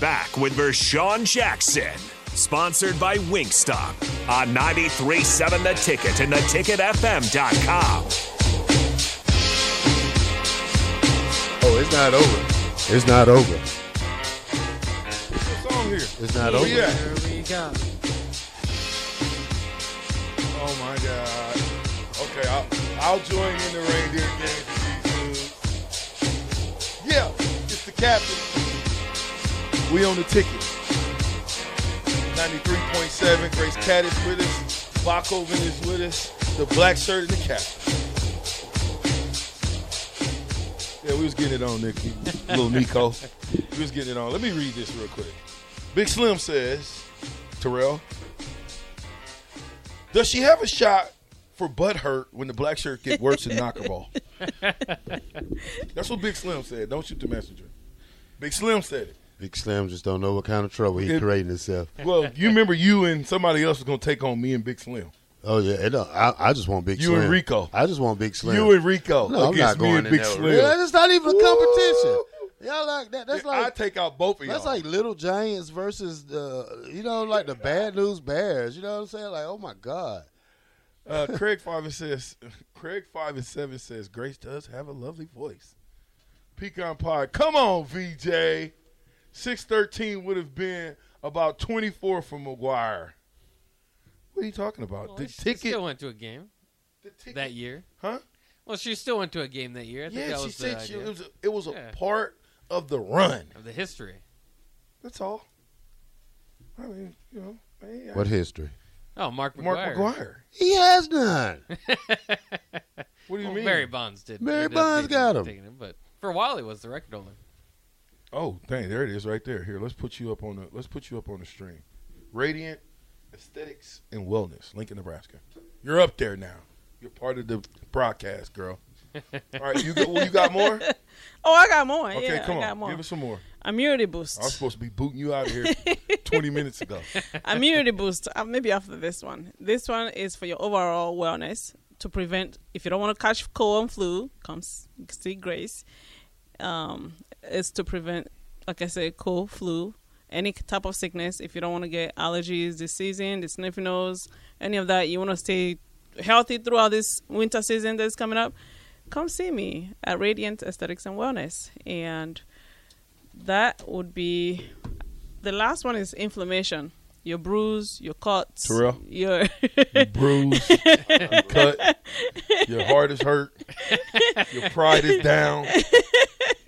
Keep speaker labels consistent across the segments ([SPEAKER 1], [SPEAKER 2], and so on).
[SPEAKER 1] Back with Vershawn Jackson, sponsored by Wingstop on 937 The Ticket and theticketfm.com.
[SPEAKER 2] Oh, it's not over. It's not over. It's not over.
[SPEAKER 3] Yeah.
[SPEAKER 2] Oh my God. Okay, I'll, I'll join in the reindeer game. Yeah, it's the captain. We on the ticket. 93.7. Grace Cat is with us. Bakoven is with us. The black shirt and the captain. Yeah, we was getting it on, Nick. Little Nico. we was getting it on. Let me read this real quick. Big Slim says, Terrell, does she have a shot for butt hurt when the black shirt get worse than knockerball? That's what Big Slim said. Don't shoot the messenger. Big Slim said it.
[SPEAKER 3] Big Slim just don't know what kind of trouble he
[SPEAKER 2] It-
[SPEAKER 3] creating himself.
[SPEAKER 2] Well, you remember you and somebody else was gonna take on me and Big Slim.
[SPEAKER 3] Oh yeah, it don't- I, I just want Big
[SPEAKER 2] You
[SPEAKER 3] Slim.
[SPEAKER 2] and Rico.
[SPEAKER 3] I just want Big Slim.
[SPEAKER 2] You and Rico
[SPEAKER 3] no, I'm not
[SPEAKER 2] against
[SPEAKER 3] going
[SPEAKER 2] me and Big
[SPEAKER 3] in that
[SPEAKER 2] Slim.
[SPEAKER 3] Yeah, that's not even a competition.
[SPEAKER 2] Woo!
[SPEAKER 3] Y'all like that? That's
[SPEAKER 2] I
[SPEAKER 3] like
[SPEAKER 2] take out both of y'all.
[SPEAKER 3] that's like Little Giants versus the you know like the Bad News Bears. You know what I'm saying? Like oh my god.
[SPEAKER 2] Uh, Craig five and says, Craig five and seven says Grace does have a lovely voice. Pecan Pie, come on, VJ. Six thirteen would have been about twenty four for McGuire. What are you talking about?
[SPEAKER 4] Well,
[SPEAKER 2] the
[SPEAKER 4] she
[SPEAKER 2] ticket,
[SPEAKER 4] still went to a game
[SPEAKER 2] the ticket,
[SPEAKER 4] that year.
[SPEAKER 2] huh?
[SPEAKER 4] Well, she still went to a game that year. I think
[SPEAKER 2] Yeah,
[SPEAKER 4] that
[SPEAKER 2] she
[SPEAKER 4] was the
[SPEAKER 2] said she,
[SPEAKER 4] idea
[SPEAKER 2] it was. A, it was a
[SPEAKER 4] Yeah.
[SPEAKER 2] part of the run.
[SPEAKER 4] of the history.
[SPEAKER 2] That's all. I mean, you know, hey, I-
[SPEAKER 3] What history?
[SPEAKER 4] Oh, Mark
[SPEAKER 2] Mark
[SPEAKER 4] McGuire.
[SPEAKER 2] McGuire.
[SPEAKER 3] He has none.
[SPEAKER 2] What do you
[SPEAKER 4] Well,
[SPEAKER 2] mean?
[SPEAKER 4] Barry Bonds did.
[SPEAKER 3] Barry
[SPEAKER 4] ended up
[SPEAKER 3] Bonds
[SPEAKER 4] taking-
[SPEAKER 3] got him.
[SPEAKER 4] taking it, but for a while he was the record holder.
[SPEAKER 2] Oh, dang, there it is right there. Here, let's put you up on the let's put you up on the stream. Radiant Aesthetics and Wellness, Lincoln, Nebraska. You're up there now. You're part of the broadcast, girl. All right, you got, well, you got more?
[SPEAKER 5] Oh, I got more.
[SPEAKER 2] Okay,
[SPEAKER 5] yeah,
[SPEAKER 2] come
[SPEAKER 5] I got
[SPEAKER 2] on.
[SPEAKER 5] more.
[SPEAKER 2] Give us some more.
[SPEAKER 5] Immunity
[SPEAKER 2] I was
[SPEAKER 5] boost.
[SPEAKER 2] supposed to be booting you out of here 20 minutes ago.
[SPEAKER 5] Immunity boost. Uh, maybe after this one. This one is for your overall wellness to prevent. If you don't want to catch cold and flu, come s- see Grace. Um, it's to prevent, like I said, cold, flu, any type of sickness. If you don't want to get allergies this season, the sniffy nose, any of that, you want to stay healthy throughout this winter season that's coming up. Come see me at Radiant Aesthetics and Wellness, and that would be the last one is inflammation. Your bruise, your cuts,
[SPEAKER 2] Terrell?
[SPEAKER 5] your
[SPEAKER 2] Bruised, you cut, your heart is hurt, your pride is down.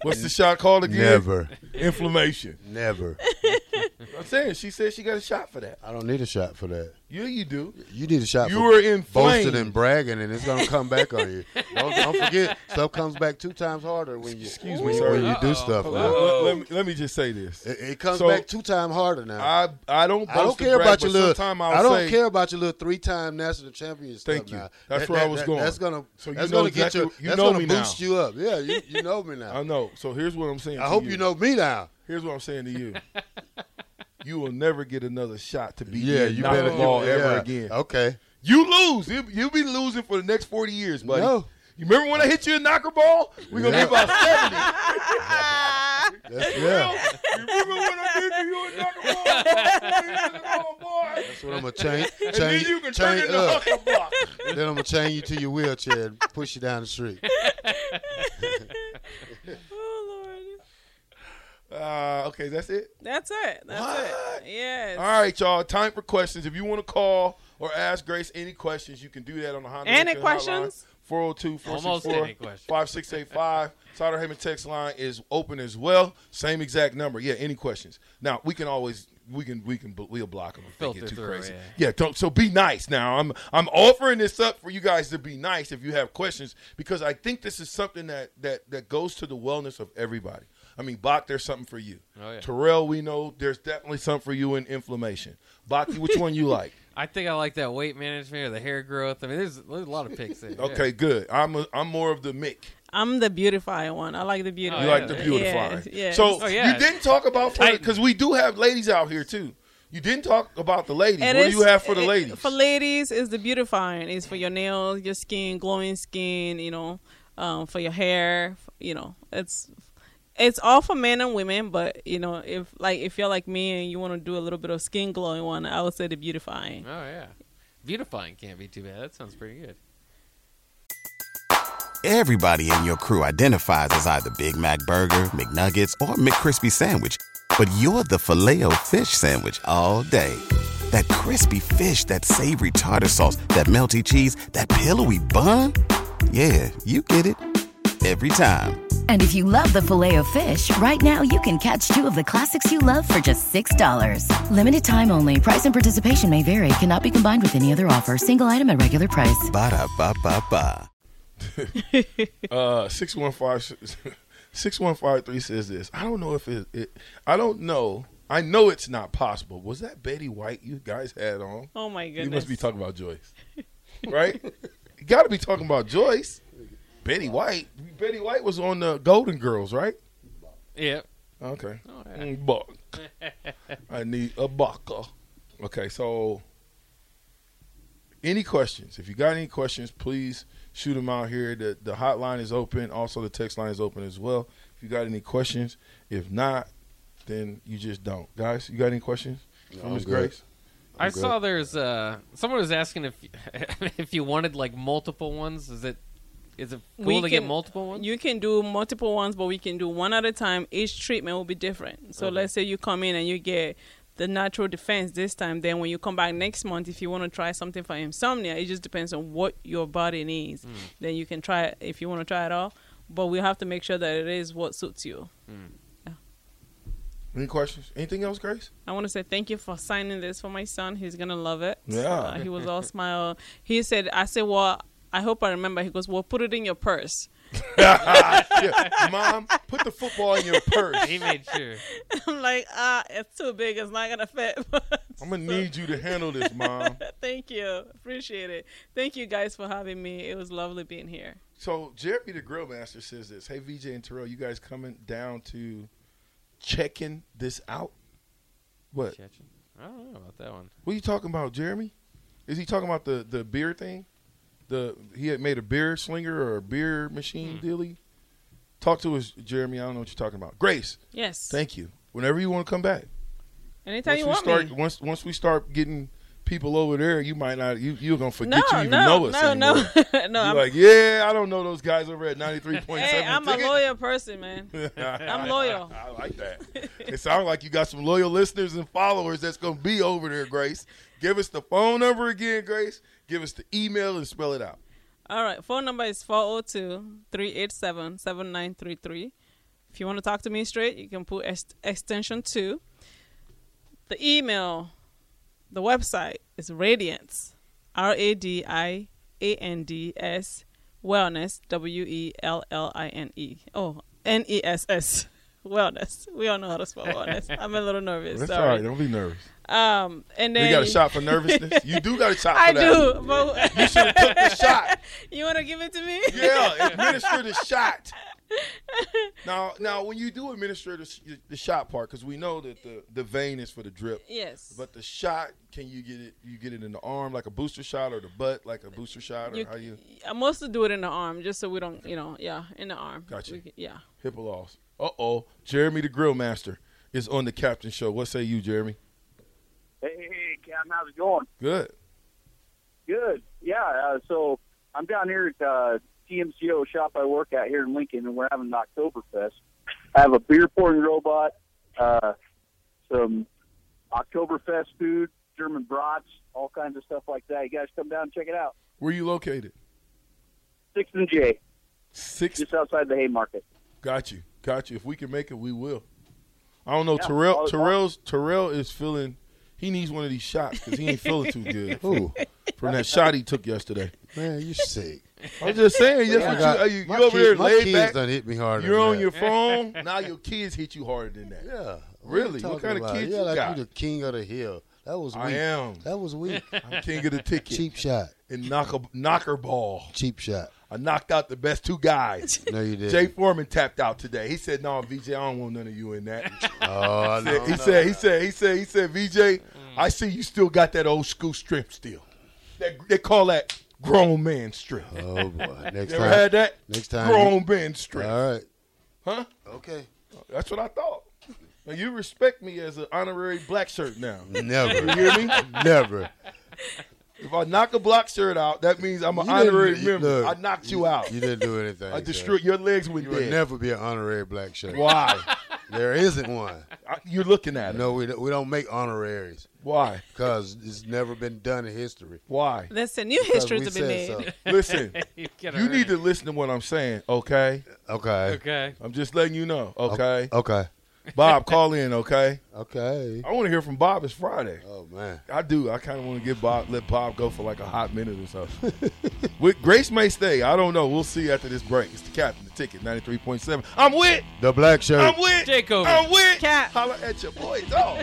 [SPEAKER 2] What's the shot called again?
[SPEAKER 3] Never,
[SPEAKER 2] Inflammation.
[SPEAKER 3] never.
[SPEAKER 2] I'm saying she said she got a shot for that.
[SPEAKER 3] I don't need a shot for that.
[SPEAKER 2] Yeah, you do.
[SPEAKER 3] You need a shot.
[SPEAKER 2] You
[SPEAKER 3] for
[SPEAKER 2] were inflamed.
[SPEAKER 3] boasting and bragging, and it's gonna come back on you. Don't, don't forget, stuff comes back two times harder when you
[SPEAKER 2] Excuse me,
[SPEAKER 3] when,
[SPEAKER 2] sir.
[SPEAKER 3] when you do stuff.
[SPEAKER 2] Hold
[SPEAKER 3] like
[SPEAKER 2] on,
[SPEAKER 3] that.
[SPEAKER 2] let, let me, let me just say this.
[SPEAKER 3] It, it comes
[SPEAKER 2] So-
[SPEAKER 3] back two times harder now. I,
[SPEAKER 2] I I don't boast
[SPEAKER 3] don't
[SPEAKER 2] and
[SPEAKER 3] care
[SPEAKER 2] brag,
[SPEAKER 3] about
[SPEAKER 2] but
[SPEAKER 3] your little.
[SPEAKER 2] sometime I'll
[SPEAKER 3] I don't
[SPEAKER 2] say,
[SPEAKER 3] care about your little three-time national champion stuff.
[SPEAKER 2] Thank you.
[SPEAKER 3] now.
[SPEAKER 2] That's where I was going.
[SPEAKER 3] That's gonna.
[SPEAKER 2] So you
[SPEAKER 3] that's
[SPEAKER 2] know
[SPEAKER 3] gonna
[SPEAKER 2] exactly-
[SPEAKER 3] get you.
[SPEAKER 2] you
[SPEAKER 3] that's
[SPEAKER 2] know
[SPEAKER 3] gonna
[SPEAKER 2] me
[SPEAKER 3] boost
[SPEAKER 2] now.
[SPEAKER 3] you up. Yeah, you, you know me now.
[SPEAKER 2] I know. So here's what I'm saying.
[SPEAKER 3] I
[SPEAKER 2] to
[SPEAKER 3] hope you know me now.
[SPEAKER 2] Here's what I'm saying to you. you will never get another shot to be
[SPEAKER 3] Yeah, you better
[SPEAKER 2] the ball
[SPEAKER 3] you-
[SPEAKER 2] ever
[SPEAKER 3] yeah.
[SPEAKER 2] again.
[SPEAKER 3] Okay.
[SPEAKER 2] Uh, You lose. You- You'll be losing for the next 40 years, buddy.
[SPEAKER 3] No.
[SPEAKER 2] You remember when I hit you in knocker ball? We're gonna
[SPEAKER 3] Yeah.
[SPEAKER 2] be about 70.
[SPEAKER 3] That's, yeah.
[SPEAKER 2] you remember when I did to you in knocker ball? boy.
[SPEAKER 3] That's what I'm gonna change.
[SPEAKER 2] And then you can turn
[SPEAKER 3] change
[SPEAKER 2] into
[SPEAKER 3] up.
[SPEAKER 2] Huckle block.
[SPEAKER 3] Then I'm gonna chain you to your wheelchair and push you down the street.
[SPEAKER 5] oh lord.
[SPEAKER 2] Uh, okay, that's it.
[SPEAKER 5] That's it. That's
[SPEAKER 2] What?
[SPEAKER 5] it. Yes.
[SPEAKER 2] All right, y'all. Time for questions. If you want to call or ask Grace any questions, you can do that on the Honda.
[SPEAKER 5] Any questions?
[SPEAKER 2] 402
[SPEAKER 4] Almost
[SPEAKER 2] 464
[SPEAKER 4] any question.
[SPEAKER 2] 5685. Sauter Heyman text line is open as well. Same exact number. Yeah, any questions. Now, we can always. We can we can we'll block them if they get
[SPEAKER 4] Filter
[SPEAKER 2] too
[SPEAKER 4] through,
[SPEAKER 2] crazy.
[SPEAKER 4] yeah.
[SPEAKER 2] Yeah, don't, so be nice. Now I'm I'm offering this up for you guys to be nice if you have questions because I think this is something that that that goes to the wellness of everybody. I mean, Bach, there's something for you.
[SPEAKER 4] Oh, yeah.
[SPEAKER 2] Terrell, we know there's definitely something for you in inflammation. Bach, which one you like?
[SPEAKER 4] I think I like that weight management or the hair growth. I mean, there's, there's a lot of picks there. yeah.
[SPEAKER 2] Okay, good. I'm a, I'm more of the Mick.
[SPEAKER 5] I'm the beautifier one. I like the beauty.
[SPEAKER 4] Oh,
[SPEAKER 2] You
[SPEAKER 4] yeah.
[SPEAKER 2] like the beautifying.
[SPEAKER 5] Yes, yes.
[SPEAKER 2] So
[SPEAKER 4] Oh, yeah.
[SPEAKER 2] you didn't talk about
[SPEAKER 4] Titan.
[SPEAKER 2] because we do have ladies out here too. You didn't talk about the ladies.
[SPEAKER 5] And
[SPEAKER 2] what do you
[SPEAKER 5] it's-
[SPEAKER 2] have for the
[SPEAKER 5] it-
[SPEAKER 2] ladies?
[SPEAKER 5] For ladies, it's the beautifying. It's for your nails, your skin, glowing skin. You know, um, for your hair. You know, it's it's all for men and women. But you know, if like if you're like me and you want to do a little bit of skin glowing one, I would say the beautifying.
[SPEAKER 4] Oh, yeah. Beautifying can't be too bad. That sounds pretty good.
[SPEAKER 6] Everybody in your crew identifies as either Big Mac Burger, McNuggets, or McCrispy Sandwich. But you're the filet fish Sandwich all day. That crispy fish, that savory tartar sauce, that melty cheese, that pillowy bun. Yeah, you get it. Every time.
[SPEAKER 7] And if you love the filet of fish, right now you can catch two of the classics you love for just $6. Limited time only. Price and participation may vary. Cannot be combined with any other offer. Single item at regular price.
[SPEAKER 6] Ba-da-ba-ba-ba.
[SPEAKER 2] Uh, 615 6153 says this. I don't know if it, it. I don't know. I know it's not possible. Was that Betty White you guys had on?
[SPEAKER 5] Oh my goodness!
[SPEAKER 2] You must be talking about Joyce, right? you got to be talking about Joyce. Betty White. Betty White was on the Golden Girls, right?
[SPEAKER 4] Yeah.
[SPEAKER 2] Okay.
[SPEAKER 4] Oh, yeah.
[SPEAKER 2] Mm, Buck. I need a bucker. Okay, so any questions? If you got any questions, please shoot them out here. The the hotline is open. Also, the text line is open as well. If you got any questions, if not, then you just don't. Guys, you got any questions? from
[SPEAKER 3] I'm
[SPEAKER 2] Miss
[SPEAKER 3] good.
[SPEAKER 2] Grace.
[SPEAKER 4] I saw there's uh someone was asking if if you wanted like multiple ones. Is it is it cool
[SPEAKER 5] We
[SPEAKER 4] to get
[SPEAKER 5] can-
[SPEAKER 4] multiple ones?
[SPEAKER 5] You can do multiple ones, but we can do one at a time. Each treatment will be different. So let's say you come in and you get the natural defense this time. Then when you come back next month, if you want to try something for insomnia, it just depends on what your body needs. Then you can try it if you want to try it all. But we have to make sure that it is what suits you.
[SPEAKER 2] Any questions? Anything else, Grace?
[SPEAKER 5] I want to say thank you for signing this for my son. He's gonna love it.
[SPEAKER 2] Yeah.
[SPEAKER 5] Uh, he was all smile. He said, "I said, well, I hope I remember." He goes, "Well, put it in your purse."
[SPEAKER 2] Yeah. Mom, put the football in your purse.
[SPEAKER 4] he made sure.
[SPEAKER 5] I'm like, ah, it's too big. It's not gonna fit.
[SPEAKER 2] I'm gonna need you to handle this, Mom.
[SPEAKER 5] Thank you. Appreciate it. Thank you guys for having me. It was lovely being here.
[SPEAKER 2] So Jeremy the Grill Master says this. Hey VJ and Terrell, you guys coming down to checking this out? What?
[SPEAKER 4] Chechen. I don't know about that one.
[SPEAKER 2] What are you talking about, Jeremy? Is he talking about the the beer thing? The he had made a beer slinger or a beer machine dealy. Talk to us, Jeremy. I don't know what you're talking about. Grace,
[SPEAKER 5] Yes.
[SPEAKER 2] thank you. Whenever you want to come back,
[SPEAKER 5] Anytime you
[SPEAKER 2] once we
[SPEAKER 5] want
[SPEAKER 2] start
[SPEAKER 5] me.
[SPEAKER 2] once once we start getting people over there, you might not you you're gonna forget
[SPEAKER 5] No,
[SPEAKER 2] you even
[SPEAKER 5] no,
[SPEAKER 2] know us.
[SPEAKER 5] no, no,
[SPEAKER 2] anymore.
[SPEAKER 5] no. I'm,
[SPEAKER 2] You're like, yeah, I don't know those guys over at ninety three point seven.
[SPEAKER 5] hey, I'm a loyal person, man. I'm loyal.
[SPEAKER 2] I like that. it sounds like you got some loyal listeners and followers that's going to be over there, Grace. Give us the phone number again, Grace. Give us the email and spell it out.
[SPEAKER 5] All right. Phone number is 402-387-7933. If you want to talk to me straight, you can put ext- extension 2. The email, the website is Radiance, R-A-D-I-A-N-D-S, wellness, E W-E-L-L-I-N-E. Oh, N-E-S-S, wellness. We all know how to spell wellness. I'm a little nervous.
[SPEAKER 2] That's all
[SPEAKER 5] Sorry.
[SPEAKER 2] right. Don't be nervous.
[SPEAKER 5] Um, and then
[SPEAKER 2] You got a shot for nervousness? You do got a shot for
[SPEAKER 5] I
[SPEAKER 2] that.
[SPEAKER 5] do, but you should have took the shot. You want to give it to me?
[SPEAKER 2] Yeah, administer the shot. Now, now, when you do administer the, sh- the shot part, because we know that the, the vein is for the drip,
[SPEAKER 5] Yes.
[SPEAKER 2] but the shot, can you get it? You get it in the arm like a booster shot, or the butt like a booster shot, or
[SPEAKER 5] You-
[SPEAKER 2] how you?
[SPEAKER 5] I mostly do it in the arm, just so we don't, you know, yeah, in the arm.
[SPEAKER 2] Gotcha.
[SPEAKER 5] We can- yeah.
[SPEAKER 2] Hippo loss. Uh oh. Jeremy the Grill Master is on the Captain Show. What say you, Jeremy?
[SPEAKER 8] Hey, hey, hey, Captain, how's it going?
[SPEAKER 2] Good.
[SPEAKER 8] Good. Yeah. Uh, so I'm down here at uh, TMCO shop I work at here in Lincoln, and we're having an Oktoberfest. I have a beer pouring robot, uh, some Oktoberfest food, German brats, all kinds of stuff like that. You guys come down and check it out.
[SPEAKER 2] Where you located?
[SPEAKER 8] Six and J,
[SPEAKER 2] Six.
[SPEAKER 8] just outside the Haymarket.
[SPEAKER 2] Got you. Got you. If we can make it, we will. I don't know.
[SPEAKER 8] Yeah,
[SPEAKER 2] Terrell.
[SPEAKER 8] all the time.
[SPEAKER 2] Terrell's. Terrell is feeling. He needs one of these shots because he ain't feeling too good
[SPEAKER 3] Ooh.
[SPEAKER 2] from that shot he took yesterday.
[SPEAKER 3] Man, you're sick.
[SPEAKER 2] I'm just saying. That's
[SPEAKER 3] I
[SPEAKER 2] what
[SPEAKER 3] got-
[SPEAKER 2] you, are you,
[SPEAKER 3] my
[SPEAKER 2] you over
[SPEAKER 3] kids,
[SPEAKER 2] here
[SPEAKER 3] my
[SPEAKER 2] laid
[SPEAKER 3] kids
[SPEAKER 2] back.
[SPEAKER 3] done hit me harder.
[SPEAKER 2] You're
[SPEAKER 3] than
[SPEAKER 2] on
[SPEAKER 3] that.
[SPEAKER 2] your phone. Now your kids hit you harder than that.
[SPEAKER 3] Yeah. are
[SPEAKER 2] Really?
[SPEAKER 3] you
[SPEAKER 2] What
[SPEAKER 3] talking
[SPEAKER 2] kind of
[SPEAKER 3] about?
[SPEAKER 2] kids
[SPEAKER 3] yeah,
[SPEAKER 2] you
[SPEAKER 3] like
[SPEAKER 2] got?
[SPEAKER 3] you the king of the hill. That was weak.
[SPEAKER 2] I am.
[SPEAKER 3] That was weak.
[SPEAKER 2] I'm king of the ticket.
[SPEAKER 3] Cheap shot.
[SPEAKER 2] And knock a knocker ball.
[SPEAKER 3] Cheap shot.
[SPEAKER 2] I knocked out the best two guys.
[SPEAKER 3] No, you didn't.
[SPEAKER 2] Jay Foreman tapped out today. He said, "No, VJ, I don't want none of you in that."
[SPEAKER 3] oh, I
[SPEAKER 2] He said-
[SPEAKER 3] know. Mm.
[SPEAKER 2] he said, he said, he said, he said, VJ, I see you still got that old school strip still. That, they call that grown man strip.
[SPEAKER 3] oh boy. Next
[SPEAKER 2] You ever
[SPEAKER 3] time.
[SPEAKER 2] had that?
[SPEAKER 3] Next time.
[SPEAKER 2] Grown man strip.
[SPEAKER 3] All right.
[SPEAKER 2] Huh?
[SPEAKER 3] Okay.
[SPEAKER 2] That's what I thought. Now you respect me as an honorary black shirt now.
[SPEAKER 3] Never.
[SPEAKER 2] You hear me?
[SPEAKER 3] Never.
[SPEAKER 2] If I knock a black shirt out, that means I'm an
[SPEAKER 3] You
[SPEAKER 2] honorary
[SPEAKER 3] didn't- you-
[SPEAKER 2] member.
[SPEAKER 3] look,
[SPEAKER 2] I knocked you, out.
[SPEAKER 3] You didn't do anything.
[SPEAKER 2] I
[SPEAKER 3] sir.
[SPEAKER 2] destroyed your legs went
[SPEAKER 3] You would
[SPEAKER 2] dead.
[SPEAKER 3] never be an honorary black shirt.
[SPEAKER 2] Why?
[SPEAKER 3] There isn't one.
[SPEAKER 2] I, you're looking at it.
[SPEAKER 3] No, we don't, we don't make honoraries
[SPEAKER 2] Why?
[SPEAKER 3] because it's never been done in history.
[SPEAKER 2] Why?
[SPEAKER 5] There's a new
[SPEAKER 3] 'Cause
[SPEAKER 5] history
[SPEAKER 3] we
[SPEAKER 5] to be
[SPEAKER 3] said
[SPEAKER 5] made.
[SPEAKER 3] so.
[SPEAKER 2] Listen,
[SPEAKER 4] you get
[SPEAKER 2] you need to listen to what I'm saying, okay?
[SPEAKER 3] Okay.
[SPEAKER 4] Okay.
[SPEAKER 2] I'm just letting you know, okay?
[SPEAKER 3] Okay.
[SPEAKER 2] Bob, call in, okay?
[SPEAKER 3] Okay.
[SPEAKER 2] I want to hear from Bob. It's Friday.
[SPEAKER 3] Oh man.
[SPEAKER 2] I do. I kind of want to give Bob, let Bob go for like a hot minute or something. with Grace may stay. I don't know. We'll see after this break. It's the captain, the ticket, 93.7. I'm with.
[SPEAKER 3] The black shirt.
[SPEAKER 2] I'm with.
[SPEAKER 4] Jake over.
[SPEAKER 2] I'm with.
[SPEAKER 5] Cap.
[SPEAKER 2] Holla at your Oh. boy, dog.